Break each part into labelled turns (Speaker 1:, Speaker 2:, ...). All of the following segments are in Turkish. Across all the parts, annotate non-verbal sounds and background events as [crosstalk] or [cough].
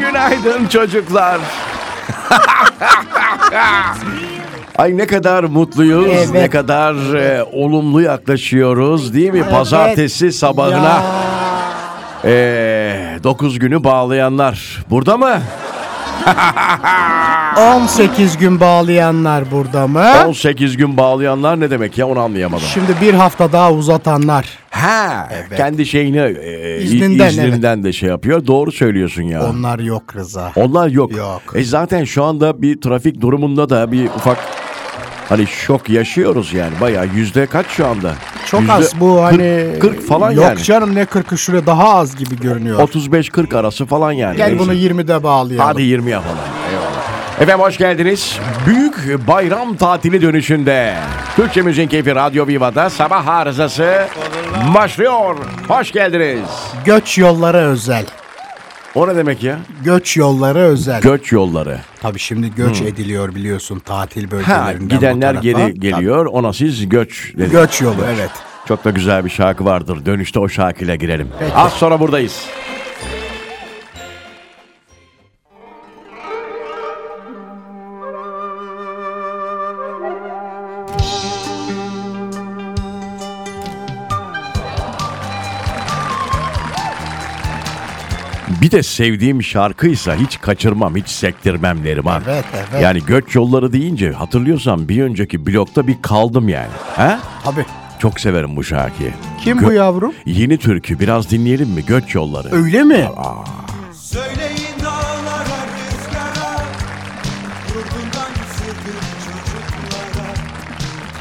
Speaker 1: Günaydın çocuklar. Ay ne kadar mutluyuz,
Speaker 2: Evet.
Speaker 1: ne kadar e, olumlu yaklaşıyoruz değil mi? Pazartesi sabahına e, 9 günü bağlayanlar burada mı?
Speaker 2: 18 gün bağlayanlar burada mı?
Speaker 1: 18 gün bağlayanlar ne demek ya onu anlayamadım.
Speaker 2: Şimdi bir hafta daha uzatanlar.
Speaker 1: Ha, kendi şeyini e, izninden,
Speaker 2: İzninden,
Speaker 1: de şey yapıyor. Doğru söylüyorsun ya.
Speaker 2: Onlar yok Rıza.
Speaker 1: Onlar yok.
Speaker 2: Yok.
Speaker 1: E zaten şu anda bir trafik durumunda da bir ufak hani şok yaşıyoruz yani. Bayağı yüzde kaç şu anda?
Speaker 2: Çok
Speaker 1: Yüzde
Speaker 2: az bu hani.
Speaker 1: 40, 40 falan
Speaker 2: yok
Speaker 1: yani.
Speaker 2: canım ne 40'ı şuraya daha az gibi görünüyor.
Speaker 1: 35-40 arası falan yani.
Speaker 2: Gel
Speaker 1: Neyse.
Speaker 2: bunu 20'de bağlayalım.
Speaker 1: Hadi 20 yapalım. Eyvallah. Efendim hoş geldiniz. Büyük bayram tatili dönüşünde. Türkçe Müziğin Keyfi Radyo Viva'da sabah arızası başlıyor. Hoş geldiniz.
Speaker 2: Göç yolları özel.
Speaker 1: O ne demek ya?
Speaker 2: Göç yolları özel.
Speaker 1: Göç yolları.
Speaker 2: Tabii şimdi göç ediliyor biliyorsun tatil
Speaker 1: Hmm. Ha,
Speaker 2: bölgelerinden. bu
Speaker 1: gidenler
Speaker 2: tarafa.
Speaker 1: geri geliyor. Ona siz göç
Speaker 2: Tabii.
Speaker 1: dediniz.
Speaker 2: Göç yolu evet.
Speaker 1: Çok da güzel bir şarkı vardır. Dönüşte o şarkıyla girelim. Az sonra buradayız. Bir de sevdiğim şarkıysa hiç kaçırmam, hiç sektirmem Neriman.
Speaker 2: Evet, evet.
Speaker 1: Yani göç yolları deyince hatırlıyorsan bir önceki blokta bir kaldım yani. He?
Speaker 2: Tabii.
Speaker 1: Çok severim bu şarkıyı.
Speaker 2: Kim
Speaker 1: Gö-
Speaker 2: bu yavrum?
Speaker 1: Yeni türkü biraz dinleyelim mi? Göç yolları.
Speaker 2: Öyle mi?
Speaker 3: Söyleyin dağlara rüzgara Yurdundan sürdüm çocuklara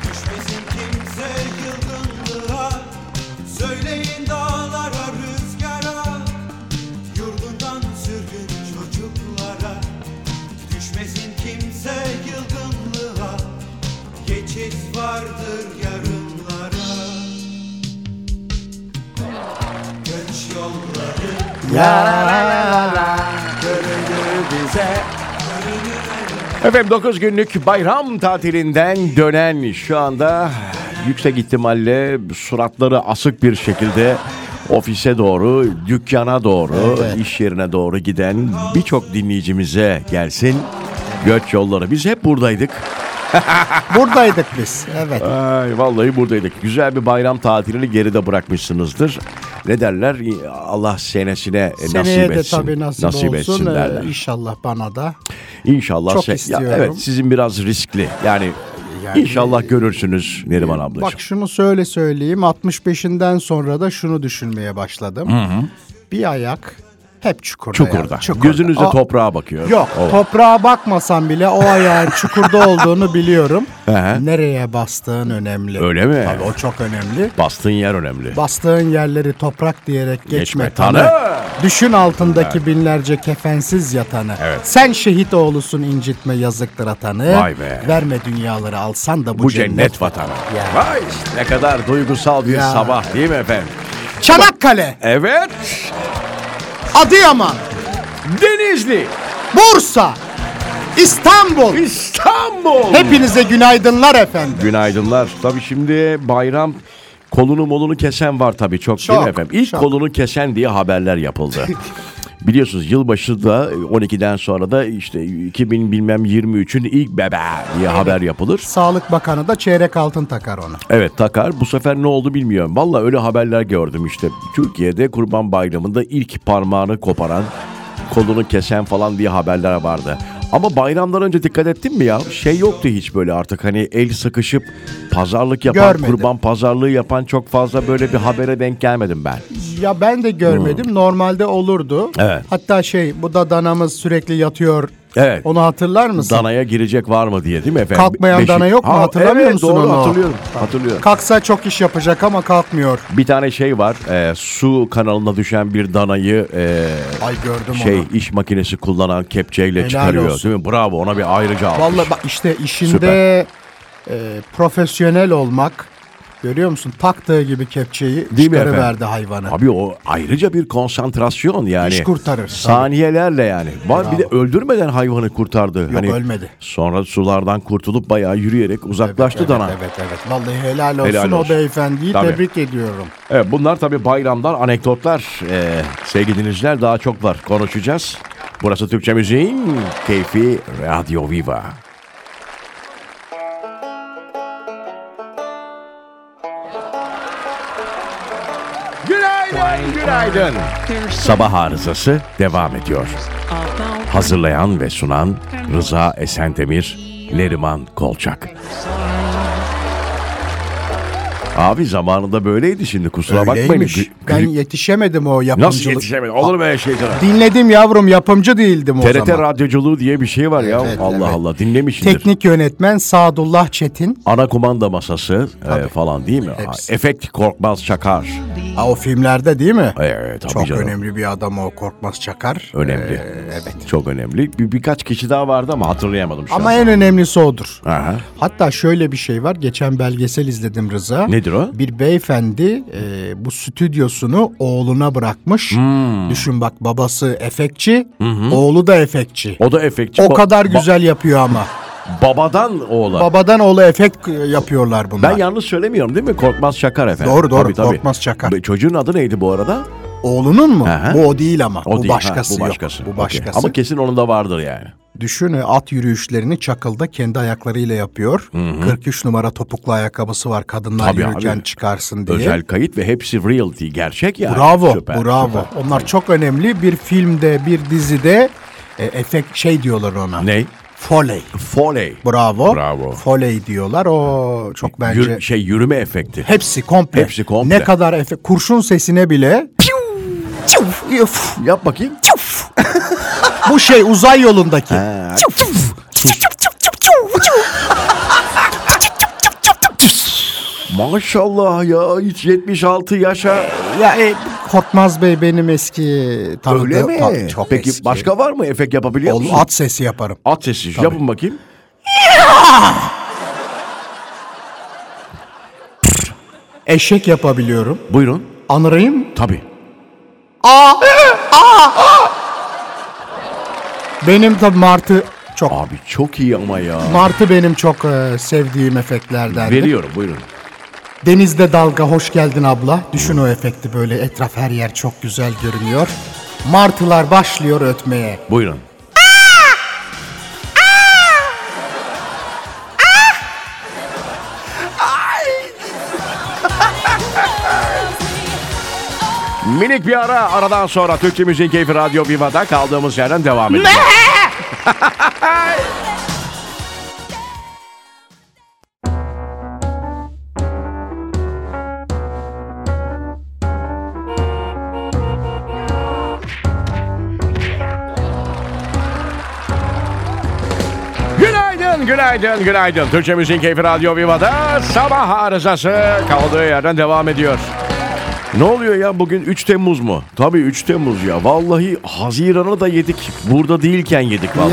Speaker 3: Düşmesin kimse yılgınlığa Söyleyin dağlara rüzgara Yurdundan sürgün çocuklara Düşmesin kimse yılgınlığa Geçit vardır yarınlara Göç yolları
Speaker 1: Efendim 9 günlük bayram tatilinden dönen şu anda yüksek ihtimalle suratları asık bir şekilde ofise doğru, dükkana doğru, iş yerine doğru giden birçok dinleyicimize gelsin. Göç yolları. Biz hep buradaydık.
Speaker 2: Buradaydık biz. Evet.
Speaker 1: Ay, vallahi buradaydık. Güzel bir bayram tatilini geride bırakmışsınızdır. Ne derler? Allah senesine e,
Speaker 2: Seneye
Speaker 1: nasip
Speaker 2: de
Speaker 1: etsin.
Speaker 2: tabii nasip, olsun.
Speaker 1: etsin
Speaker 2: Ee,
Speaker 1: derler.
Speaker 2: İnşallah bana da.
Speaker 1: İnşallah.
Speaker 2: Çok
Speaker 1: ya
Speaker 2: istiyorum.
Speaker 1: evet sizin biraz riskli. Yani,
Speaker 2: Yani- e,
Speaker 1: inşallah görürsünüz Neriman ablacığım.
Speaker 2: Bak şunu söyle söyleyeyim 65'inden sonra da şunu düşünmeye başladım. Bir ayak hep çukurda.
Speaker 1: çukurda.
Speaker 2: yani, e, çukurda.
Speaker 1: Gözünüzle
Speaker 2: O-
Speaker 1: toprağa bakıyor. Oh,
Speaker 2: Yok
Speaker 1: O-
Speaker 2: toprağa bakmasam bile o
Speaker 1: [laughs]
Speaker 2: ayağın çukurda olduğunu biliyorum.
Speaker 1: Ehe.
Speaker 2: Nereye bastığın önemli.
Speaker 1: Öyle mi?
Speaker 2: Tabii o çok önemli.
Speaker 1: Bastığın yer önemli.
Speaker 2: Bastığın yerleri toprak diyerek geçme,
Speaker 1: Geçme
Speaker 2: tanı.
Speaker 1: tanı.
Speaker 2: Düşün altındaki binlerce kefensiz yatanı.
Speaker 1: Evet.
Speaker 2: Sen şehit oğlusun incitme yazıktır atanı.
Speaker 1: Vay be.
Speaker 2: Verme dünyaları alsan da bu,
Speaker 1: Bu cennet vatanı.
Speaker 2: Ya.
Speaker 1: Vay ne kadar duygusal bir
Speaker 2: Ya.
Speaker 1: sabah değil mi efendim?
Speaker 2: Çanakkale,
Speaker 1: Evet.
Speaker 2: Adıyaman,
Speaker 1: Denizli,
Speaker 2: Bursa, İstanbul.
Speaker 1: İstanbul.
Speaker 2: Hepinize günaydınlar efendim.
Speaker 1: Günaydınlar. Tabii şimdi bayram kolunu molunu kesen var tabii çok, değil mi
Speaker 2: Çok,
Speaker 1: efendim? İlk
Speaker 2: çok.
Speaker 1: kolunu kesen diye haberler yapıldı. Biliyorsunuz yılbaşı da 12'den sonra da işte 2000 bilmem 23'ün ilk bebe diye haber yapılır.
Speaker 2: Sağlık Bakanı da çeyrek altın takar ona.
Speaker 1: Evet takar. Bu sefer ne oldu bilmiyorum. Valla öyle haberler gördüm işte. Türkiye'de Kurban Bayramı'nda ilk parmağını koparan, kolunu kesen falan diye haberler vardı. Ama bayramdan önce dikkat ettin mi ya? Şey yoktu hiç böyle artık hani el sıkışıp pazarlık yapan,
Speaker 2: Görmedim.
Speaker 1: kurban pazarlığı yapan çok fazla böyle bir habere denk gelmedim ben.
Speaker 2: Ya ben de görmedim. Normalde olurdu.
Speaker 1: Hmm. Evet.
Speaker 2: Hatta şey bu da danamız sürekli yatıyor.
Speaker 1: Evet.
Speaker 2: Onu hatırlar mısın?
Speaker 1: Danaya girecek var mı diye değil mi efendim?
Speaker 2: Kalkmayan dana yok mu? Hatırlamıyor
Speaker 1: evet,
Speaker 2: musun
Speaker 1: doğru,
Speaker 2: onu?
Speaker 1: hatırlıyorum. Hatırlıyorum.
Speaker 2: Kalksa çok iş yapacak ama kalkmıyor.
Speaker 1: Bir tane şey var. e, su kanalına düşen bir danayı e,
Speaker 2: Ay gördüm
Speaker 1: şey
Speaker 2: onu.
Speaker 1: iş makinesi kullanan kepçeyle
Speaker 2: Helal
Speaker 1: çıkarıyor
Speaker 2: olsun.
Speaker 1: değil mi? Bravo ona bir ayrıca alkış.
Speaker 2: Vallahi bak işte işinde e, profesyonel olmak görüyor musun? Taktığı gibi kepçeyi
Speaker 1: Değil mi
Speaker 2: çıkarıverdi
Speaker 1: efendim?
Speaker 2: hayvanı.
Speaker 1: Abi o ayrıca bir konsantrasyon yani.
Speaker 2: İş kurtarır.
Speaker 1: Saniyelerle yani. Var bir de öldürmeden hayvanı kurtardı. Yok
Speaker 2: ölmedi.
Speaker 1: Sonra sulardan kurtulup bayağı yürüyerek uzaklaştı
Speaker 2: evet,
Speaker 1: dana. Evet,
Speaker 2: Evet evet. Vallahi helal olsun,
Speaker 1: Helal olsun.
Speaker 2: o beyefendiyi
Speaker 1: Tabii.
Speaker 2: tebrik ediyorum.
Speaker 1: bunlar tabii bayramlar, anekdotlar. Ee, sevgili dinleyiciler daha çok var konuşacağız. Burası Türkçe Müziğin Keyfi Radyo Viva. Günaydın, günaydın. Sabah arızası devam ediyor. Hazırlayan ve sunan Rıza Esendemir, Neriman Kolçak. Abi zamanında böyleydi şimdi kusura bakmayın.
Speaker 2: Öyleymiş.
Speaker 1: Gü-
Speaker 2: ben
Speaker 1: gü-
Speaker 2: yetişemedim o yapımcılık.
Speaker 1: Nasıl yetişemedi? Olur mu öyle şey sana?
Speaker 2: Dinledim yavrum yapımcı değildim o
Speaker 1: TRT
Speaker 2: zaman.
Speaker 1: radyoculuğu diye bir şey var ya.
Speaker 2: Evet,
Speaker 1: Allah
Speaker 2: evet.
Speaker 1: Allah dinlemişsindir.
Speaker 2: Teknik yönetmen Sadullah Çetin.
Speaker 1: Ana kumanda masası e, falan değil mi? Ha,
Speaker 2: Hepsi.
Speaker 1: Efekt Korkmaz Çakar.
Speaker 2: Ha, o filmlerde değil mi?
Speaker 1: Evet tabii
Speaker 2: Çok
Speaker 1: canım. şey
Speaker 2: önemli bir adam o Korkmaz Çakar.
Speaker 1: Önemli.
Speaker 2: Ee, evet.
Speaker 1: Çok önemli. Bir, birkaç kişi daha vardı ama hatırlayamadım şu
Speaker 2: Ama e-
Speaker 1: an.
Speaker 2: en önemlisi odur.
Speaker 1: Aha.
Speaker 2: Hatta şöyle bir şey var. Geçen belgesel izledim Rıza.
Speaker 1: Nedir o?
Speaker 2: Bir beyefendi e, bu stüdyosunu oğluna bırakmış.
Speaker 1: Hmm.
Speaker 2: Düşün bak babası efekçi, oğlu da efekçi.
Speaker 1: O da efektçi.
Speaker 2: O
Speaker 1: Ba-
Speaker 2: kadar
Speaker 1: ba-
Speaker 2: güzel yapıyor ama.
Speaker 1: babadan oğlan.
Speaker 2: Babadan oğlu efekt e, yapıyorlar bunlar.
Speaker 1: ben yanlış söylemiyorum değil mi? Korkmaz Çakar efendim.
Speaker 2: Doğru, doğru. Korkmaz Çakar.
Speaker 1: Be- Çocuğun adı neydi bu arada?
Speaker 2: Oğlunun mu?
Speaker 1: Aha.
Speaker 2: Bu o değil ama. bu,
Speaker 1: değil. Ha,
Speaker 2: başkası
Speaker 1: bu başkası.
Speaker 2: Yok. Bu
Speaker 1: Okey.
Speaker 2: başkası.
Speaker 1: Ama kesin onun da vardır yani.
Speaker 2: Düşün e, at yürüyüşlerini çakılda kendi ayaklarıyla yapıyor. 43 numara topuklu ayakkabısı var kadınlar
Speaker 1: Tabii
Speaker 2: yürürken
Speaker 1: abi.
Speaker 2: çıkarsın diye.
Speaker 1: Özel kayıt ve hepsi reality. Gerçek yani.
Speaker 2: Bravo,
Speaker 1: Süper,
Speaker 2: bravo.
Speaker 1: süper.
Speaker 2: Onlar çok önemli. Bir filmde, bir dizide e, efekt şey diyorlar ona.
Speaker 1: Ne?
Speaker 2: Foley.
Speaker 1: Foley.
Speaker 2: Bravo.
Speaker 1: Bravo.
Speaker 2: Foley diyorlar. O çok bence
Speaker 1: Yürü- şey yürüme efekti.
Speaker 2: hepsi komple.
Speaker 1: Hepsi komple.
Speaker 2: Ne kadar efekt kurşun sesine bile Tüf, üf,
Speaker 1: Yap bakayım.
Speaker 2: tüf. Bu şey uzay yolundaki. Tüf, tüf, tüf, tüf, tüf, tüf, tüf, tüf.
Speaker 1: Maşallah ya hiç 76 yaşa.
Speaker 2: ya e, Korkmaz Bey benim eski tanıdığım.
Speaker 1: Öyle mi?
Speaker 2: Ta- çok
Speaker 1: Peki
Speaker 2: eski.
Speaker 1: başka var mı efekt yapabiliyor
Speaker 2: Oğlum,
Speaker 1: musun?
Speaker 2: at sesi yaparım.
Speaker 1: At sesi yapın bakayım.
Speaker 2: Eşek yapabiliyorum.
Speaker 1: Buyurun.
Speaker 2: Anırayım
Speaker 1: Tabii.
Speaker 2: Benim tabii Martı çok.
Speaker 1: Abi çok iyi ama ya.
Speaker 2: Martı benim çok e, sevdiğim efektlerden.
Speaker 1: Veriyorum buyurun.
Speaker 2: Denizde dalga hoş geldin abla. Düşün o efekti böyle etraf her yer çok güzel görünüyor. Martılar başlıyor ötmeye.
Speaker 1: Buyurun. Minik bir ara aradan sonra Türkçe Müziğin Keyfi Radyo Viva'da kaldığımız yerden devam ediyoruz. Günaydın, günaydın, günaydın. Türkçe Müziğin Keyfi Radyo Viva'da sabah arızası kaldığı yerden devam ediyor. Ne oluyor ya bugün 3 Temmuz mu? Tabii 3 Temmuz ya. Vallahi Haziran'ı da yedik. Burada değilken yedik vallahi.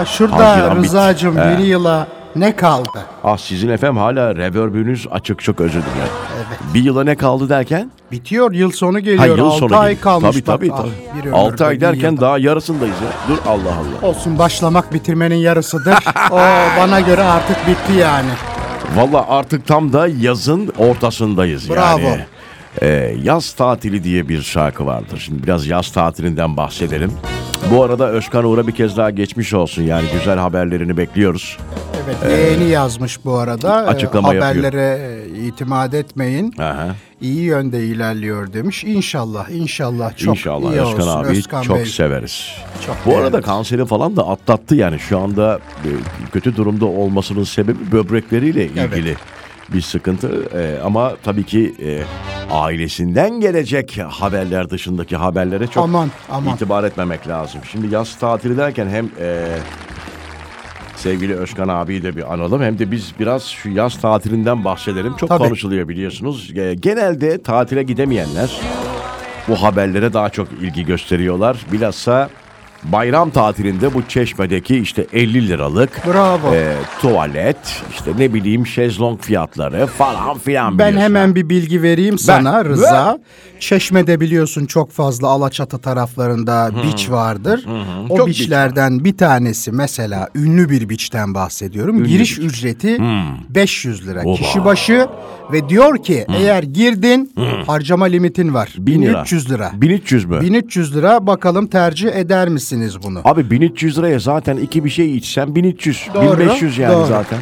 Speaker 2: Ya şurada
Speaker 1: Haziran bitti.
Speaker 2: Rıza'cığım
Speaker 1: He.
Speaker 2: bir yıla ne kaldı?
Speaker 1: Ah sizin efem hala reverbünüz açık çok özür dilerim.
Speaker 2: Evet.
Speaker 1: Bir yıla ne kaldı derken?
Speaker 2: Bitiyor yıl sonu geliyor.
Speaker 1: Ha, yıl
Speaker 2: 6
Speaker 1: sonu
Speaker 2: ay
Speaker 1: gibi.
Speaker 2: kalmış.
Speaker 1: Tabii
Speaker 2: Bak,
Speaker 1: tabii.
Speaker 2: ah, bir
Speaker 1: tabii.
Speaker 2: ömür
Speaker 1: 6 ay
Speaker 2: dediğin
Speaker 1: derken
Speaker 2: yılda.
Speaker 1: daha yarısındayız ya. Dur Allah Allah.
Speaker 2: Olsun başlamak
Speaker 1: [laughs]
Speaker 2: bitirmenin yarısıdır. o bana göre artık bitti yani.
Speaker 1: Valla artık tam da yazın ortasındayız
Speaker 2: Bravo.
Speaker 1: yani. Ee, yaz tatili diye bir şarkı vardır. Şimdi biraz yaz tatilinden bahsedelim. Bu arada Özkan Uğur'a bir kez daha geçmiş olsun. Yani güzel haberlerini bekliyoruz.
Speaker 2: Evet yeğeni yazmış bu arada. Ee,
Speaker 1: Ee, açıklama yapıyor.
Speaker 2: Haberlere e, itimat etmeyin.
Speaker 1: Aha.
Speaker 2: İyi yönde ilerliyor demiş. İnşallah, inşallah çok
Speaker 1: İnşallah
Speaker 2: iyi
Speaker 1: Özkan
Speaker 2: olsun.
Speaker 1: abi
Speaker 2: Özkan
Speaker 1: çok
Speaker 2: Bey.
Speaker 1: severiz.
Speaker 2: Çok
Speaker 1: Bu arada
Speaker 2: beğendim.
Speaker 1: kanseri falan da atlattı yani şu anda e, kötü durumda olmasının sebebi böbrekleriyle ilgili bir sıkıntı E, ama tabii ki e, ailesinden gelecek haberler dışındaki haberlere çok
Speaker 2: Aman, aman.
Speaker 1: itibar etmemek lazım. Şimdi yaz tatili derken hem e, sevgili Özkan abiyi de bir analım hem de biz biraz şu yaz tatilinden bahsedelim. Çok
Speaker 2: Tabii.
Speaker 1: konuşuluyor biliyorsunuz. E, genelde tatile gidemeyenler bu haberlere daha çok ilgi gösteriyorlar. Bilhassa bayram tatilinde bu çeşmedeki işte 50 liralık
Speaker 2: Bravo.
Speaker 1: e, tuvalet, işte ne bileyim şezlong fiyatları falan filan
Speaker 2: ben
Speaker 1: biliyorsun.
Speaker 2: hemen bir bilgi vereyim sana
Speaker 1: Ver.
Speaker 2: Rıza. Çeşme'de biliyorsun çok fazla Alaçatı taraflarında biç vardır. O
Speaker 1: Çok
Speaker 2: biçlerden bir tanesi mesela ünlü bir biçten bahsediyorum. Giriş ücreti 500 lira
Speaker 1: Oba.
Speaker 2: kişi başı Ve diyor ki eğer girdin harcama limitin var.
Speaker 1: 1000 lira.
Speaker 2: 1300 lira.
Speaker 1: 1300 mü?
Speaker 2: 1300 lira bakalım tercih eder misiniz bunu?
Speaker 1: Abi 1300 liraya zaten iki bir şey içsen 1300.
Speaker 2: Doğru,
Speaker 1: 1500 yani
Speaker 2: doğru.
Speaker 1: zaten.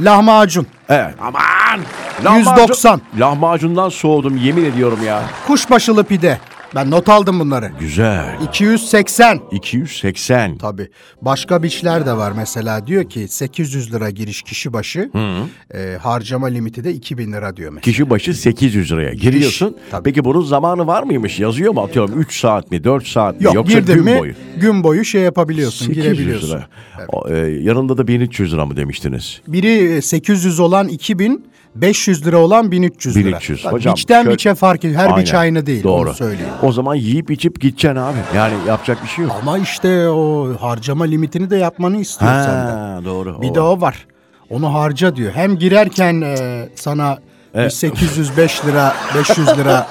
Speaker 2: Lahmacun.
Speaker 1: Evet. Aman!
Speaker 2: 190.
Speaker 1: Lahmacundan soğudum yemin ediyorum ya.
Speaker 2: Kuşbaşılı pide. Ben not aldım bunları.
Speaker 1: Güzel.
Speaker 2: 280.
Speaker 1: 280.
Speaker 2: Tabii. Başka biçler de var mesela. Diyor ki 800 lira giriş kişi başı. e, harcama limiti de 2000 lira diyor mesela.
Speaker 1: Kişi başı 800 liraya giriyorsun.
Speaker 2: Tabii.
Speaker 1: Peki bunun zamanı var mıymış? Yazıyor mu atıyorum 3 saat mi 4 saat mi?
Speaker 2: Yok
Speaker 1: Yoksa
Speaker 2: girdin
Speaker 1: gün
Speaker 2: mi
Speaker 1: boyu.
Speaker 2: gün boyu şey yapabiliyorsun
Speaker 1: 800
Speaker 2: girebiliyorsun.
Speaker 1: lira. O, e, yanında da 1300 lira mı demiştiniz?
Speaker 2: Biri e, 800 olan 2000 500 lira olan 1300 lira.
Speaker 1: 1300.
Speaker 2: Bak,
Speaker 1: Hocam,
Speaker 2: biçten
Speaker 1: kök-
Speaker 2: biçe fark ediyor. Her biç
Speaker 1: Aynen.
Speaker 2: aynı değil.
Speaker 1: Doğru.
Speaker 2: Onu söyleyeyim.
Speaker 1: O zaman yiyip içip gideceksin abi. Yani yapacak bir şey yok.
Speaker 2: Ama işte o harcama limitini de yapmanı istiyor senden.
Speaker 1: Ha, doğru.
Speaker 2: Bir
Speaker 1: o
Speaker 2: de
Speaker 1: var.
Speaker 2: o var. Onu harca diyor. Hem girerken e, sana bir 805 lira 500 lira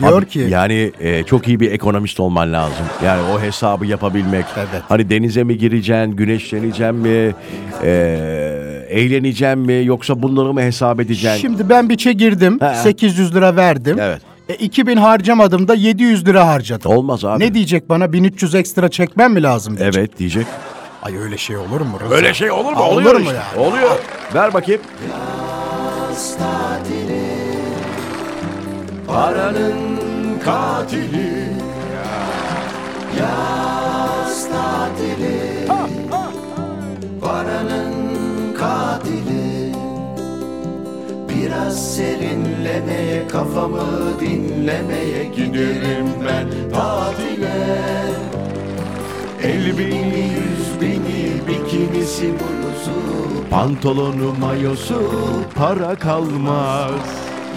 Speaker 2: diyor
Speaker 1: [laughs] Abi,
Speaker 2: ki.
Speaker 1: Yani e, çok iyi bir ekonomist olman lazım. Yani o hesabı yapabilmek.
Speaker 2: Evet.
Speaker 1: Hani denize mi gireceksin, güneşleneceksin mi, e, eğleneceksin mi yoksa bunları mı hesap edeceksin?
Speaker 2: Şimdi ben biçe girdim.
Speaker 1: He.
Speaker 2: 800 lira verdim.
Speaker 1: Evet.
Speaker 2: E, 2000 harcamadım da 700 lira harcadım.
Speaker 1: Olmaz abi.
Speaker 2: Ne diyecek bana 1300 ekstra çekmem mi lazım diyecek.
Speaker 1: Evet diyecek.
Speaker 2: Ay öyle şey olur mu? Rıza?
Speaker 1: Öyle şey olur mu?
Speaker 2: Ha, olur
Speaker 1: Oluyor
Speaker 2: mu
Speaker 1: işte.
Speaker 2: yani?
Speaker 1: Oluyor. Ver bakayım.
Speaker 4: Biraz serinlemeye kafamı dinlemeye giderim ben tatile El bini yüz bini bikinisi bluzu Pantolonu mayosu para kalmaz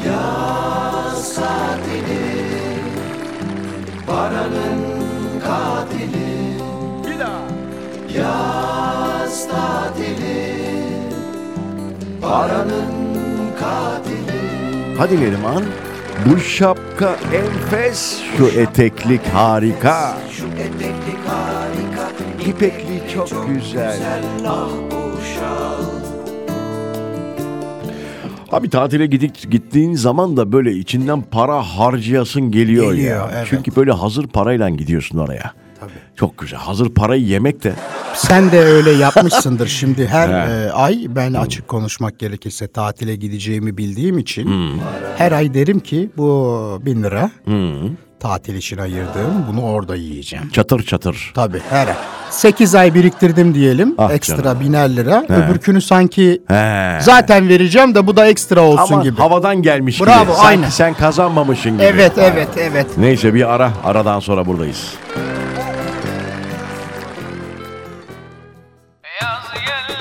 Speaker 4: Yaz tatili Paranın katili Bir daha Yaz tatili Paranın
Speaker 1: Hadi Neriman. Bu şapka enfes, şu eteklik harika.
Speaker 4: Şu eteklik harika
Speaker 1: İpekli çok güzel.
Speaker 4: Ah bu şal
Speaker 1: Abi tatile gidip gittiğin zaman da böyle içinden para harcayasın geliyor,
Speaker 2: Geliyor,
Speaker 1: ya.
Speaker 2: evet.
Speaker 1: Çünkü böyle hazır parayla gidiyorsun oraya. Tabii. Çok güzel. Hazır parayı yemek de
Speaker 2: Sen de
Speaker 1: [laughs]
Speaker 2: öyle yapmışsındır şimdi her
Speaker 1: He.
Speaker 2: e, ay ben açık konuşmak gerekirse tatile gideceğimi bildiğim için
Speaker 1: Hmm.
Speaker 2: her ay derim ki bu bin lira
Speaker 1: Hmm.
Speaker 2: tatil için ayırdığım bunu orada yiyeceğim.
Speaker 1: çatır çatır.
Speaker 2: Tabii her ay. 8 ay biriktirdim diyelim
Speaker 1: Ah
Speaker 2: ekstra
Speaker 1: canım.
Speaker 2: biner lira öbürkünü sanki
Speaker 1: He.
Speaker 2: zaten vereceğim de bu da ekstra olsun
Speaker 1: Ama
Speaker 2: gibi.
Speaker 1: havadan gelmiş gibi.
Speaker 2: Bravo,
Speaker 1: Sanki
Speaker 2: aynen.
Speaker 1: sen kazanmamışsın gibi.
Speaker 2: Evet evet evet.
Speaker 1: Neyse bir ara. Aradan sonra buradayız.
Speaker 5: Yaz geldi,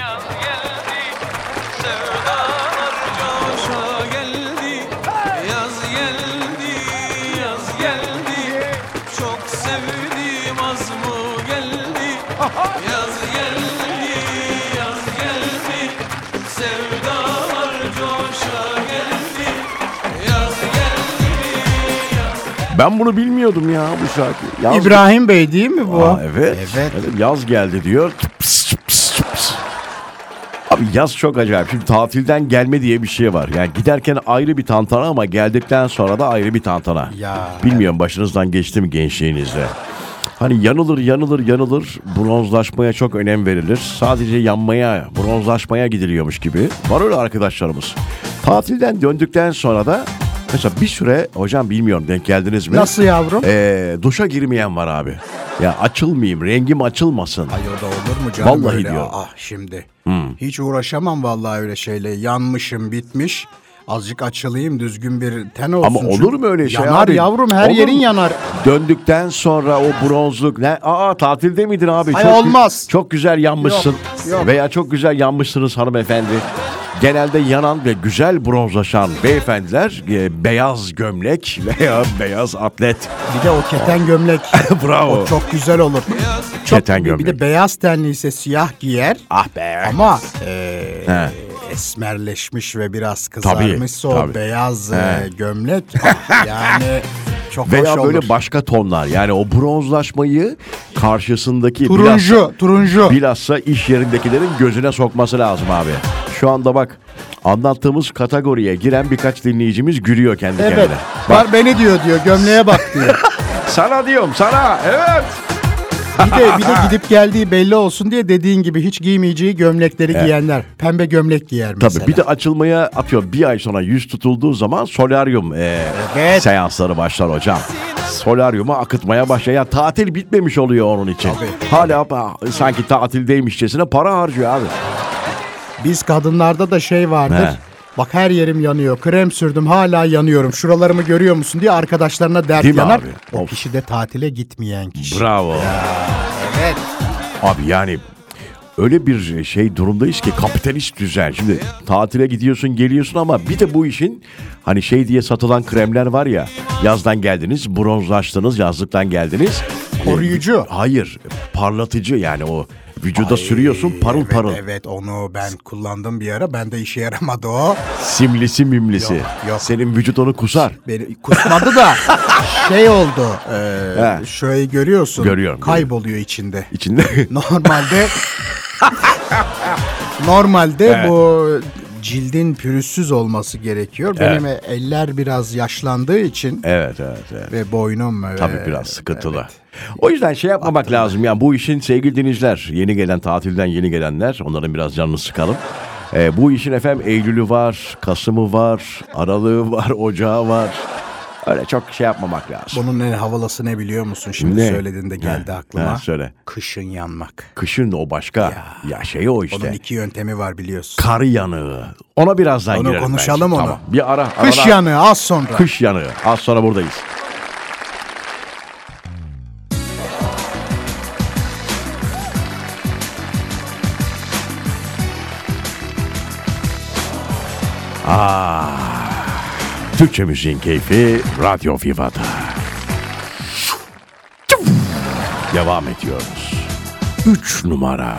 Speaker 5: yaz geldi, sevdalar coşa geldi. Yaz geldi, yaz geldi, çok sevdim az mı geldi. Yaz geldi, yaz geldi, sevdalar coşa geldi. Yaz geldi.
Speaker 1: Ben bunu bilmiyordum ya bu şarkı. Yaz-
Speaker 2: İbrahim Bey değil mi bu?
Speaker 1: Aa, evet.
Speaker 2: Evet.
Speaker 1: Evet, Yaz geldi diyor. Pıs, pıs, pıs. Abi yaz çok acayip. Şimdi tatilden gelme diye bir şey var. Yani giderken ayrı bir tantana ama geldikten sonra da ayrı bir tantana.
Speaker 2: Ya.
Speaker 1: Bilmiyorum başınızdan geçti mi gençliğinizde. Hani yanılır yanılır yanılır bronzlaşmaya çok önem verilir. Sadece yanmaya, bronzlaşmaya gidiliyormuş gibi. Var öyle arkadaşlarımız. Tatilden döndükten sonra da mesela bir süre hocam bilmiyorum denk geldiniz mi?
Speaker 2: Nasıl yavrum?
Speaker 1: Ee, duşa girmeyen var abi. Ya açılmayayım, rengim açılmasın.
Speaker 2: Ay o da olur mu canım
Speaker 1: Vallahi Hmm.
Speaker 2: öyle?
Speaker 1: diyor.
Speaker 2: Ah şimdi. Hiç uğraşamam vallahi öyle şeyle. Yanmışım, bitmiş. Azıcık açılayım, düzgün bir ten olsun.
Speaker 1: Ama olur
Speaker 2: Çünkü
Speaker 1: mu öyle şey
Speaker 2: Yanar
Speaker 1: abi?
Speaker 2: yavrum, her
Speaker 1: Olur
Speaker 2: yerin
Speaker 1: mu?
Speaker 2: yanar.
Speaker 1: Döndükten sonra o bronzluk ne? Aa tatilde miydin abi?
Speaker 2: Ay,
Speaker 1: gü-
Speaker 2: olmaz.
Speaker 1: Çok güzel yanmışsın.
Speaker 2: Yok, yok.
Speaker 1: Veya çok güzel yanmışsınız hanımefendi. Genelde yanan ve güzel bronzlaşan beyefendiler e, beyaz gömlek veya [laughs] beyaz atlet. [laughs]
Speaker 2: Bir de o keten gömlek.
Speaker 1: Bravo.
Speaker 2: o çok güzel olur. Çok,
Speaker 1: Keten
Speaker 2: Bir de
Speaker 1: gömlek.
Speaker 2: beyaz tenliyse siyah giyer.
Speaker 1: Ah be.
Speaker 2: Ama e,
Speaker 1: He.
Speaker 2: esmerleşmiş ve biraz kızarmışsa
Speaker 1: tabii.
Speaker 2: o beyaz e, gömlek. ah, yani çok
Speaker 1: Veya
Speaker 2: hoş olur.
Speaker 1: böyle başka tonlar. Yani o bronzlaşmayı karşısındaki biraz-
Speaker 2: turuncu, turuncu.
Speaker 1: Bilhassa iş yerindekilerin gözüne sokması lazım abi. şu anda bak anlattığımız kategoriye giren birkaç dinleyicimiz gülüyor kendi
Speaker 2: Evet.
Speaker 1: kendine. Bak
Speaker 2: Var beni diyor diyor gömleğe bak diyor.
Speaker 1: sana diyorum sana evet.
Speaker 2: Bir de bir de gidip geldiği belli olsun diye dediğin gibi hiç giymeyeceği gömlekleri giyenler. Pembe gömlek giyer
Speaker 1: Tabii
Speaker 2: mesela.
Speaker 1: bir de açılmaya atıyor bir ay sonra yüz tutulduğu zaman solaryum e,
Speaker 2: Evet.
Speaker 1: seansları başlar hocam. Solaryuma akıtmaya başlıyor. Ya tatil bitmemiş oluyor onun için. Hala pa- sanki tatildeymişçesine para harcıyor abi.
Speaker 2: Biz kadınlarda da şey vardır.
Speaker 1: He.
Speaker 2: Bak her yerim yanıyor. Krem sürdüm hala yanıyorum. Şuralarımı görüyor musun diye arkadaşlarına dert
Speaker 1: Değil mi
Speaker 2: yanar.
Speaker 1: abi?
Speaker 2: O
Speaker 1: Of.
Speaker 2: kişi de tatile gitmeyen kişi.
Speaker 1: Bravo. Abi yani öyle bir şey durumdayız ki kapitalist düzen. Şimdi tatile gidiyorsun geliyorsun ama bir de bu işin hani şey diye satılan kremler var ya yazdan geldiniz bronzlaştınız yazlıktan geldiniz.
Speaker 2: Koruyucu.
Speaker 1: Ee, hayır parlatıcı yani o vücuda sürüyorsun parıl
Speaker 2: Evet,
Speaker 1: parıl.
Speaker 2: Evet onu ben kullandım bir ara. Bende işe yaramadı o.
Speaker 1: Simlisi mimlisi.
Speaker 2: Yok, yok.
Speaker 1: Senin vücut onu kusar.
Speaker 2: Beni
Speaker 1: [laughs]
Speaker 2: kusmadı da şey oldu. Ee,
Speaker 1: He.
Speaker 2: şurayı görüyorsun.
Speaker 1: Görüyorum,
Speaker 2: Kayboluyor içinde. [laughs]
Speaker 1: İçinde [laughs]
Speaker 2: Normalde normalde bu cildin pürüzsüz olması gerekiyor. Benim eller biraz yaşlandığı için
Speaker 1: evet evet evet.
Speaker 2: ve boynum e, ve
Speaker 1: Tabii biraz sıkıntılı. O yüzden şey yapmamak lazım. Yani bu işin sevgili dinleyiciler, yeni gelen tatilden yeni gelenler, onların biraz canını sıkalım. Ee, bu işin efendim Eylül'ü var, Kasım'ı var, Aralığı var, [laughs] Ocağı var. Öyle çok şey yapmamak lazım.
Speaker 2: Bunun en havalısı ne biliyor musun? Şimdi
Speaker 1: Ne?
Speaker 2: söylediğinde geldi
Speaker 1: Ha,
Speaker 2: aklıma.
Speaker 1: ha, söyle.
Speaker 2: Kışın yanmak.
Speaker 1: Kışın o başka. Ya, şey o işte.
Speaker 2: Onun iki yöntemi var biliyorsun.
Speaker 1: Kar yanığı. Ona birazdan
Speaker 2: Onu
Speaker 1: girelim. bence.
Speaker 2: konuşalım onu.
Speaker 1: Tamam. Bir ara.
Speaker 2: Kış
Speaker 1: aralar-
Speaker 2: yanığı az sonra.
Speaker 1: Kış yanığı. Az sonra buradayız. Ah, Türkçe müziğin keyfi Radyo Viva'da. Devam ediyoruz. Üç numara.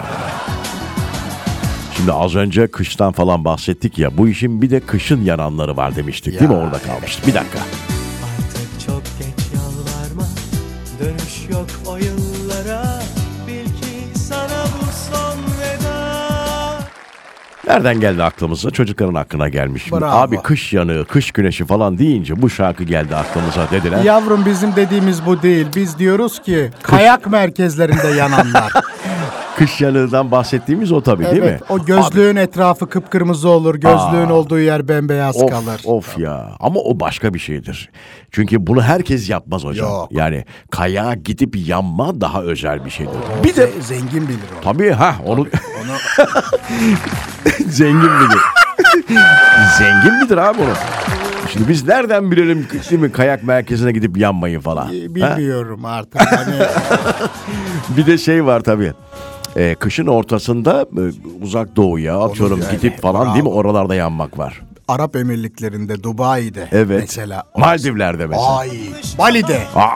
Speaker 1: Şimdi az önce kıştan falan bahsettik ya bu işin bir de kışın yananları var demiştik değil mi orada kalmıştık. Bir dakika.
Speaker 6: Artık çok geç yalvarma Dönüş yok o yıllara Bil ki sana bu son veda
Speaker 1: Nereden geldi aklımıza? Çocukların aklına gelmiş.
Speaker 2: Bravo.
Speaker 1: Abi kış yanığı, kış güneşi falan deyince bu şarkı geldi aklımıza dediler.
Speaker 2: Yavrum bizim dediğimiz bu değil. Biz diyoruz ki kayak merkezlerinde yananlar.
Speaker 1: Kış yanığından bahsettiğimiz o tabii [laughs] değil mi?
Speaker 2: evet, o gözlüğün etrafı kıpkırmızı olur. Gözlüğün olduğu yer bembeyaz
Speaker 1: Of,
Speaker 2: kalır.
Speaker 1: of ya. Ama o başka bir şeydir. Çünkü bunu herkes yapmaz hocam.
Speaker 2: Yok.
Speaker 1: Yani kayağa gidip yanma daha özel bir şeydir.
Speaker 2: Bir de zengin bilir onu.
Speaker 1: Tabii ha onu... [laughs] Zengin midir? [laughs] Zengin midir abi onu? Şimdi biz nereden bilelim değil mi, kayak merkezine gidip yanmayı falan?
Speaker 2: E,
Speaker 1: Ha?
Speaker 2: Bilmiyorum artık.
Speaker 1: [laughs]
Speaker 2: Hani
Speaker 1: Bir de şey var tabii. Ee, kışın ortasında e, uzak doğuya atıyorum
Speaker 2: yani,
Speaker 1: gidip falan değil mi
Speaker 2: bravo.
Speaker 1: oralarda yanmak var.
Speaker 2: Arap Emirliklerinde, Dubai'de
Speaker 1: Evet.
Speaker 2: mesela.
Speaker 1: Maldivler'de mesela.
Speaker 2: Ay, Bali'de.
Speaker 1: Aa,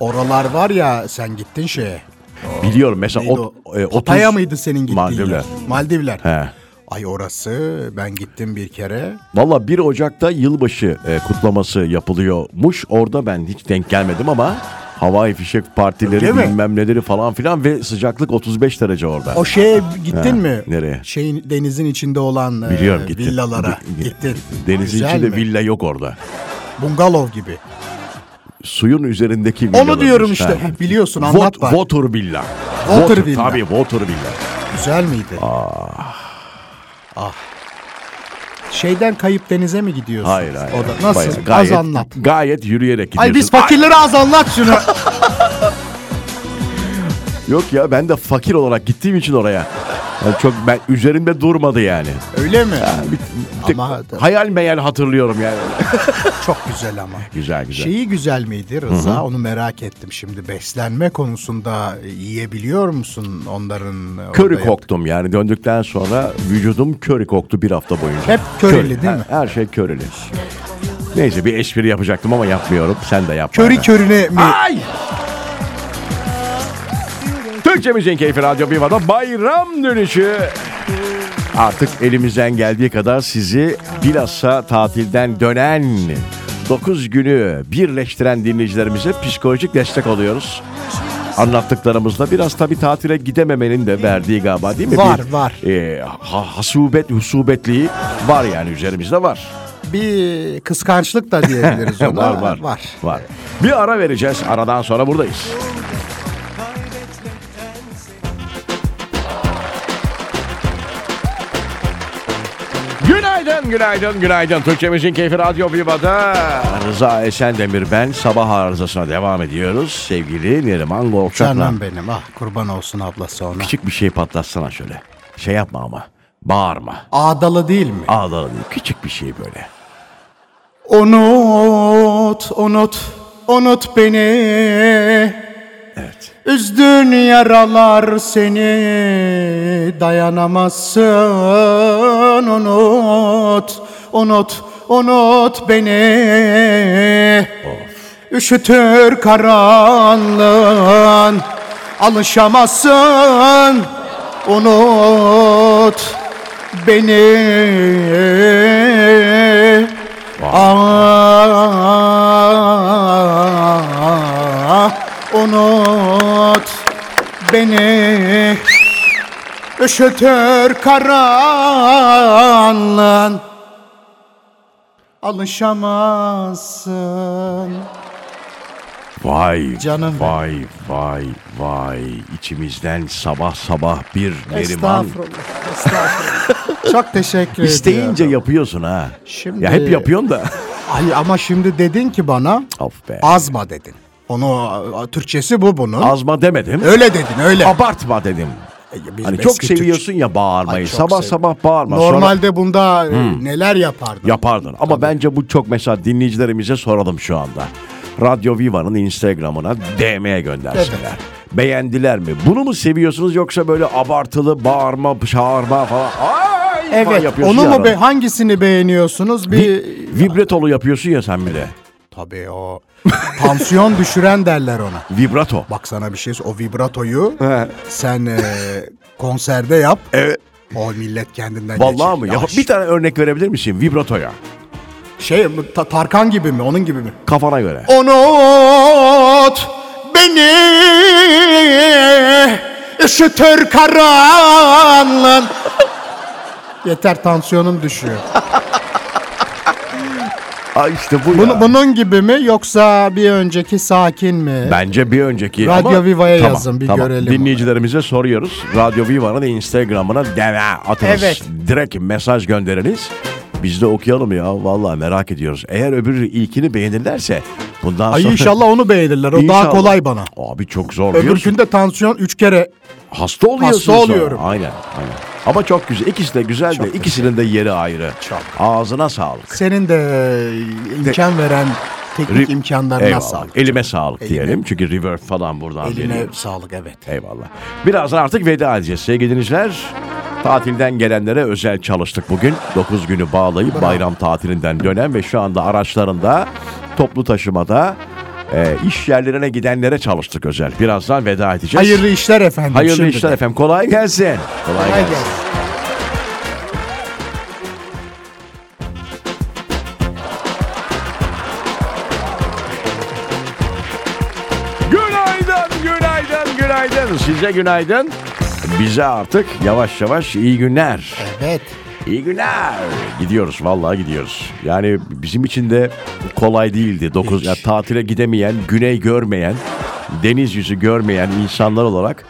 Speaker 2: Oralar var ya sen gittin şeye.
Speaker 1: biliyorum mesela
Speaker 2: Neydi
Speaker 1: ot,
Speaker 2: o?
Speaker 1: e, otuz-
Speaker 2: Pattaya mıydı senin gittiğin
Speaker 1: Maldivler.
Speaker 2: yer? Maldivler.
Speaker 1: He.
Speaker 2: Ay orası ben gittim bir kere.
Speaker 1: Valla 1 Ocak'ta yılbaşı e, kutlaması yapılıyormuş. Orada ben hiç denk gelmedim ama havai fişek partileri
Speaker 2: Öyle mi?
Speaker 1: bilmem neleri falan filan ve sıcaklık 35 derece orada.
Speaker 2: O şeye gittin
Speaker 1: Ha,
Speaker 2: mi?
Speaker 1: nereye?
Speaker 2: Şeyin denizin içinde olan e,
Speaker 1: Biliyorum gittim.
Speaker 2: villalara
Speaker 1: Bi-
Speaker 2: gittin.
Speaker 1: Denizin
Speaker 2: Güzel
Speaker 1: içinde
Speaker 2: mi?
Speaker 1: villa yok orada.
Speaker 2: bungalov gibi.
Speaker 1: Suyun üzerindeki villa.
Speaker 2: Onu diyorum işte. Heh, [laughs] Biliyorsun anlat bak.
Speaker 1: Water villa.
Speaker 2: Water villa.
Speaker 1: Tabii water villa.
Speaker 2: Güzel miydi? Ah. Şeyden kayıp denize mi gidiyorsun?
Speaker 1: Hayır hayır.
Speaker 2: O da nasıl?
Speaker 1: Bayağı
Speaker 2: Az anlat.
Speaker 1: Gayet yürüyerek gidiyorsun.
Speaker 2: Ay biz fakirleri az anlat
Speaker 1: [laughs]
Speaker 2: şunu.
Speaker 1: Ay, Yok ya ben de fakir olarak gittiğim için oraya. Yani çok ben üzerimde durmadı yani.
Speaker 2: Öyle mi?
Speaker 1: Tek-
Speaker 2: Ama
Speaker 1: hayal meyal hatırlıyorum yani.
Speaker 2: çok güzel ama.
Speaker 1: güzel güzel.
Speaker 2: Şeyi güzel miydi Rıza? Onu merak ettim şimdi. Beslenme konusunda yiyebiliyor musun onların? orada
Speaker 1: Körü
Speaker 2: yap-
Speaker 1: koktum yani döndükten sonra vücudum körü koktu bir hafta boyunca.
Speaker 2: Hep köreli
Speaker 1: Köri.
Speaker 2: değil
Speaker 1: Her-
Speaker 2: mi?
Speaker 1: Her, şey köreli. Neyse bir espri yapacaktım ama yapmıyorum. Sen de yapma.
Speaker 2: Körü körüne mi?
Speaker 1: Ay! Türkçe Müziğin Keyfi Radyo Viva'da bayram dönüşü. Artık elimizden geldiği kadar sizi bilhassa tatilden dönen 9 günü birleştiren dinleyicilerimize psikolojik destek oluyoruz. anlattıklarımızda biraz tabii tatile gidememenin de verdiği galiba değil mi?
Speaker 2: Var,
Speaker 1: Bir,
Speaker 2: var.
Speaker 1: e, ha- hasubet, husubetliği var yani üzerimizde var.
Speaker 2: Bir kıskançlık da
Speaker 1: [laughs]
Speaker 2: diyebiliriz ona.
Speaker 1: var, var,
Speaker 2: Var.
Speaker 1: var. Bir ara vereceğiz. Aradan sonra buradayız. Günaydın, günaydın, günaydın. Türkçemizin Keyfi Radyo Viva'da Rıza Esen Demir ben. Sabah arızasına devam ediyoruz. Sevgili Neriman Golçak'la.
Speaker 2: Canım benim. Ah kurban olsun ablası ona.
Speaker 1: Küçük bir şey patlatsana şöyle. Şey yapma ama. Bağırma.
Speaker 2: Ağdalı değil mi?
Speaker 1: Ağlayalım. Küçük bir şey böyle.
Speaker 2: Unut, unut, unut beni.
Speaker 1: Evet.
Speaker 2: Üzdün yaralar seni dayanamazsın unut unut unut beni üşütür karanlığın alışamazsın unut beni Ah, unut beni Üşütür karanlığın Alışamazsın
Speaker 1: Vay
Speaker 2: Canım benim.
Speaker 1: vay vay vay içimizden sabah sabah bir Neriman
Speaker 2: Estağfurullah, estağfurullah.
Speaker 1: [laughs]
Speaker 2: Çok teşekkür ederim.
Speaker 1: isteyince yapıyorsun ha.
Speaker 2: Şimdi-
Speaker 1: Ya hep yapıyorsun
Speaker 2: [laughs]
Speaker 1: da.
Speaker 2: Ay ama şimdi dedin ki bana
Speaker 1: of be.
Speaker 2: azma dedin. Onu Türkçesi bu bunun.
Speaker 1: Azma demedim.
Speaker 2: öyle dedin öyle.
Speaker 1: Abartma dedim.
Speaker 2: Bizim
Speaker 1: Hani
Speaker 2: eski
Speaker 1: çok
Speaker 2: Türkçe.
Speaker 1: seviyorsun ya bağırmayı.
Speaker 2: Ay, çok
Speaker 1: sabah
Speaker 2: sev-
Speaker 1: sabah bağırma. Sonra Hmm.
Speaker 2: Normalde bunda e, neler yapardın?
Speaker 1: yapardın. Ama bence bu çok mesela dinleyicilerimize soralım şu anda. Radyo Viva'nın Instagram'ına DM'ye göndersinler.
Speaker 2: Evet.
Speaker 1: Beğendiler mi? Bunu mu seviyorsunuz yoksa böyle abartılı bağırma, çağırma falan? Ay, falan
Speaker 2: Evet.
Speaker 1: yapıyorsun
Speaker 2: Onu
Speaker 1: ya
Speaker 2: mu be
Speaker 1: arada.
Speaker 2: hangisini beğeniyorsunuz? Bir
Speaker 1: Vibratolu yapıyorsun ya sen bir de.
Speaker 2: tabii o tansiyon [laughs] düşüren derler ona.
Speaker 1: Vibrato.
Speaker 2: Bak sana bir şey o vibratoyu sen e, konserde yap.
Speaker 1: Evet.
Speaker 2: O millet kendinden
Speaker 1: E, Vallahi
Speaker 2: geçer.
Speaker 1: mi?
Speaker 2: Ya
Speaker 1: Ya, bir tane örnek verebilir misin vibratoya?
Speaker 2: şey bu Ta- Tarkan gibi mi? Onun gibi mi?
Speaker 1: Kafana göre.
Speaker 2: Unut beni üşütür karanlığın. Yeter tansiyonum düşüyor.
Speaker 1: Aa işte bu
Speaker 2: Bunu-
Speaker 1: ya.
Speaker 2: bunun gibi mi yoksa bir önceki sakin mi?
Speaker 1: Bence bir önceki
Speaker 2: Radyo
Speaker 1: ama-
Speaker 2: Viva'ya yazın, bir görelim.
Speaker 1: Dinleyicilerimize soruyoruz. Radyo Viva'nın Instagram'ına deme atınız.
Speaker 2: Evet.
Speaker 1: Direkt mesaj gönderiniz. Biz de okuyalım ya. Vallahi merak ediyoruz. Eğer öbür ilkini beğenirlerse bundan
Speaker 2: Ay
Speaker 1: sonra...
Speaker 2: inşallah onu beğenirler. O daha
Speaker 1: İnşallah.
Speaker 2: kolay bana.
Speaker 1: Abi çok zor
Speaker 2: Öbür
Speaker 1: biliyorsun.
Speaker 2: günde tansiyon 3 kere.
Speaker 1: Hasta oluyorsun
Speaker 2: Hasta
Speaker 1: sonra.
Speaker 2: oluyorum.
Speaker 1: Aynen, aynen. Ama çok güzel. İkisi de güzel de ikisinin de yeri ayrı.
Speaker 2: Çok.
Speaker 1: Ağzına sağlık.
Speaker 2: Senin de e, imkan veren teknik
Speaker 1: Ri-
Speaker 2: imkanlarına
Speaker 1: Eyvallah.
Speaker 2: sağlık.
Speaker 1: Elime sağlık
Speaker 2: Eline-
Speaker 1: diyelim. Çünkü reverb falan buradan
Speaker 2: Eline
Speaker 1: geliyor.
Speaker 2: sağlık evet.
Speaker 1: Eyvallah. Birazdan artık veda edeceğiz sevgili dinleyiciler. Tatilden gelenlere özel çalıştık bugün. 9 günü bağlayıp bayram tatilinden dönen ve şu anda araçlarında toplu taşımada e, iş yerlerine gidenlere çalıştık özel. Birazdan veda edeceğiz.
Speaker 2: Hayırlı işler efendim.
Speaker 1: Hayırlı
Speaker 2: şimdiden.
Speaker 1: işler efendim. Kolay gelsin. Kolay
Speaker 2: Kolay
Speaker 1: gelsin.
Speaker 2: gelsin.
Speaker 1: Günaydın, günaydın, günaydın. Size günaydın. Bize artık yavaş yavaş iyi günler.
Speaker 2: Evet.
Speaker 1: İyi günler. Gidiyoruz vallahi gidiyoruz. Yani bizim için de kolay değildi. 9 ya tatile gidemeyen, güney görmeyen, deniz yüzü görmeyen insanlar olarak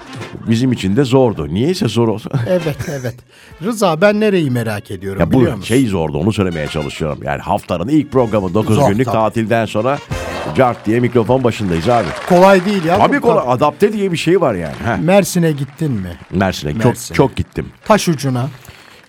Speaker 1: bizim için de zordu. Niyeyse zor oldu.
Speaker 2: Evet evet. Rıza ben nereyi merak ediyorum
Speaker 1: ya
Speaker 2: biliyor
Speaker 1: bu
Speaker 2: musun?
Speaker 1: şey zordu onu söylemeye çalışıyorum. Yani haftanın ilk programı 9
Speaker 2: Zor,
Speaker 1: günlük
Speaker 2: tabii.
Speaker 1: tatilden sonra cart diye mikrofon başındayız abi.
Speaker 2: Kolay değil ya.
Speaker 1: Abi
Speaker 2: Bu-
Speaker 1: kolay adapte diye bir şey var yani. Heh.
Speaker 2: Mersin'e gittin mi?
Speaker 1: Mersin'e çok
Speaker 2: Mersin'e.
Speaker 1: çok gittim.
Speaker 2: Taş ucuna.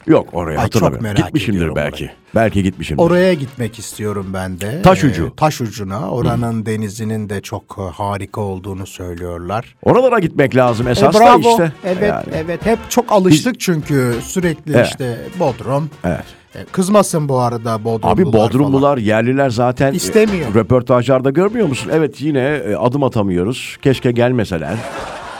Speaker 1: Yok oraya
Speaker 2: Ay,
Speaker 1: hatırlamıyorum.
Speaker 2: çok merak
Speaker 1: Gitmişimdir
Speaker 2: ediyorum
Speaker 1: belki.
Speaker 2: orayı.
Speaker 1: Belki gitmişimdir.
Speaker 2: Oraya gitmek istiyorum ben de.
Speaker 1: Taş ucu.
Speaker 2: Ee, taş ucuna. Oranın denizinin de çok e, harika olduğunu söylüyorlar.
Speaker 1: Oralara gitmek lazım
Speaker 2: E,
Speaker 1: esas da
Speaker 2: bravo.
Speaker 1: işte.
Speaker 2: Evet
Speaker 1: Yani.
Speaker 2: evet. Hep çok alıştık çünkü sürekli
Speaker 1: Evet.
Speaker 2: işte Bodrum.
Speaker 1: Evet.
Speaker 2: E, Kızmasın bu arada Bodrumlular
Speaker 1: Abi
Speaker 2: falan.
Speaker 1: Bodrumlular, yerliler zaten e,
Speaker 2: İstemiyor.
Speaker 1: röportajlarda görmüyor musun? Evet yine e, adım atamıyoruz. Keşke gelmeseler.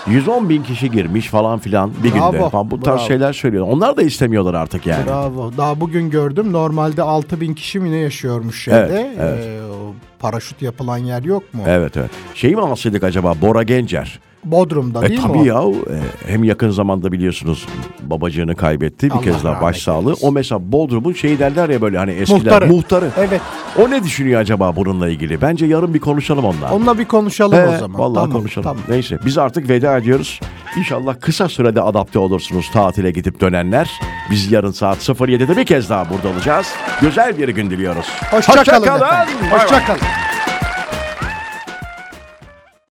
Speaker 1: 110 bin kişi girmiş falan filan bir
Speaker 2: Bravo,
Speaker 1: günde. Falan. Bu tarz
Speaker 2: bravo.
Speaker 1: şeyler söylüyorlar. Onlar da istemiyorlar artık yani.
Speaker 2: Bravo. Daha bugün gördüm. Normalde 6000 bin kişi mi ne yaşıyormuş şeyde.
Speaker 1: Evet, evet.
Speaker 2: Ee, o paraşüt yapılan yer yok mu?
Speaker 1: Evet evet. Şeyi mi alsaydık acaba Bora Gencer?
Speaker 2: Bodrum'da
Speaker 1: E
Speaker 2: değil mi?
Speaker 1: tabii
Speaker 2: o?
Speaker 1: ya e, hem yakın zamanda biliyorsunuz babacığını kaybetti bir
Speaker 2: Allah
Speaker 1: kez daha
Speaker 2: rahmet
Speaker 1: başsağlığı.
Speaker 2: eylesin.
Speaker 1: O mesela Bodrum'un şeyi derler ya böyle hani eskiden
Speaker 2: Muhtarı.
Speaker 1: muhtarı.
Speaker 2: Evet.
Speaker 1: O ne düşünüyor acaba bununla ilgili? Bence yarın bir konuşalım onunla.
Speaker 2: Onunla bir konuşalım
Speaker 1: He,
Speaker 2: o zaman.
Speaker 1: Vallahi
Speaker 2: Tamam,
Speaker 1: konuşalım.
Speaker 2: tamam.
Speaker 1: Neyse biz artık veda ediyoruz. İnşallah kısa sürede adapte olursunuz tatile gidip dönenler. Biz yarın saat 07'de bir kez daha burada olacağız. Güzel bir gün diliyoruz.
Speaker 2: Hoşça kalın
Speaker 1: Hoşça kalın.
Speaker 2: efendim.
Speaker 1: Bay bay.
Speaker 2: Hoşça kalın.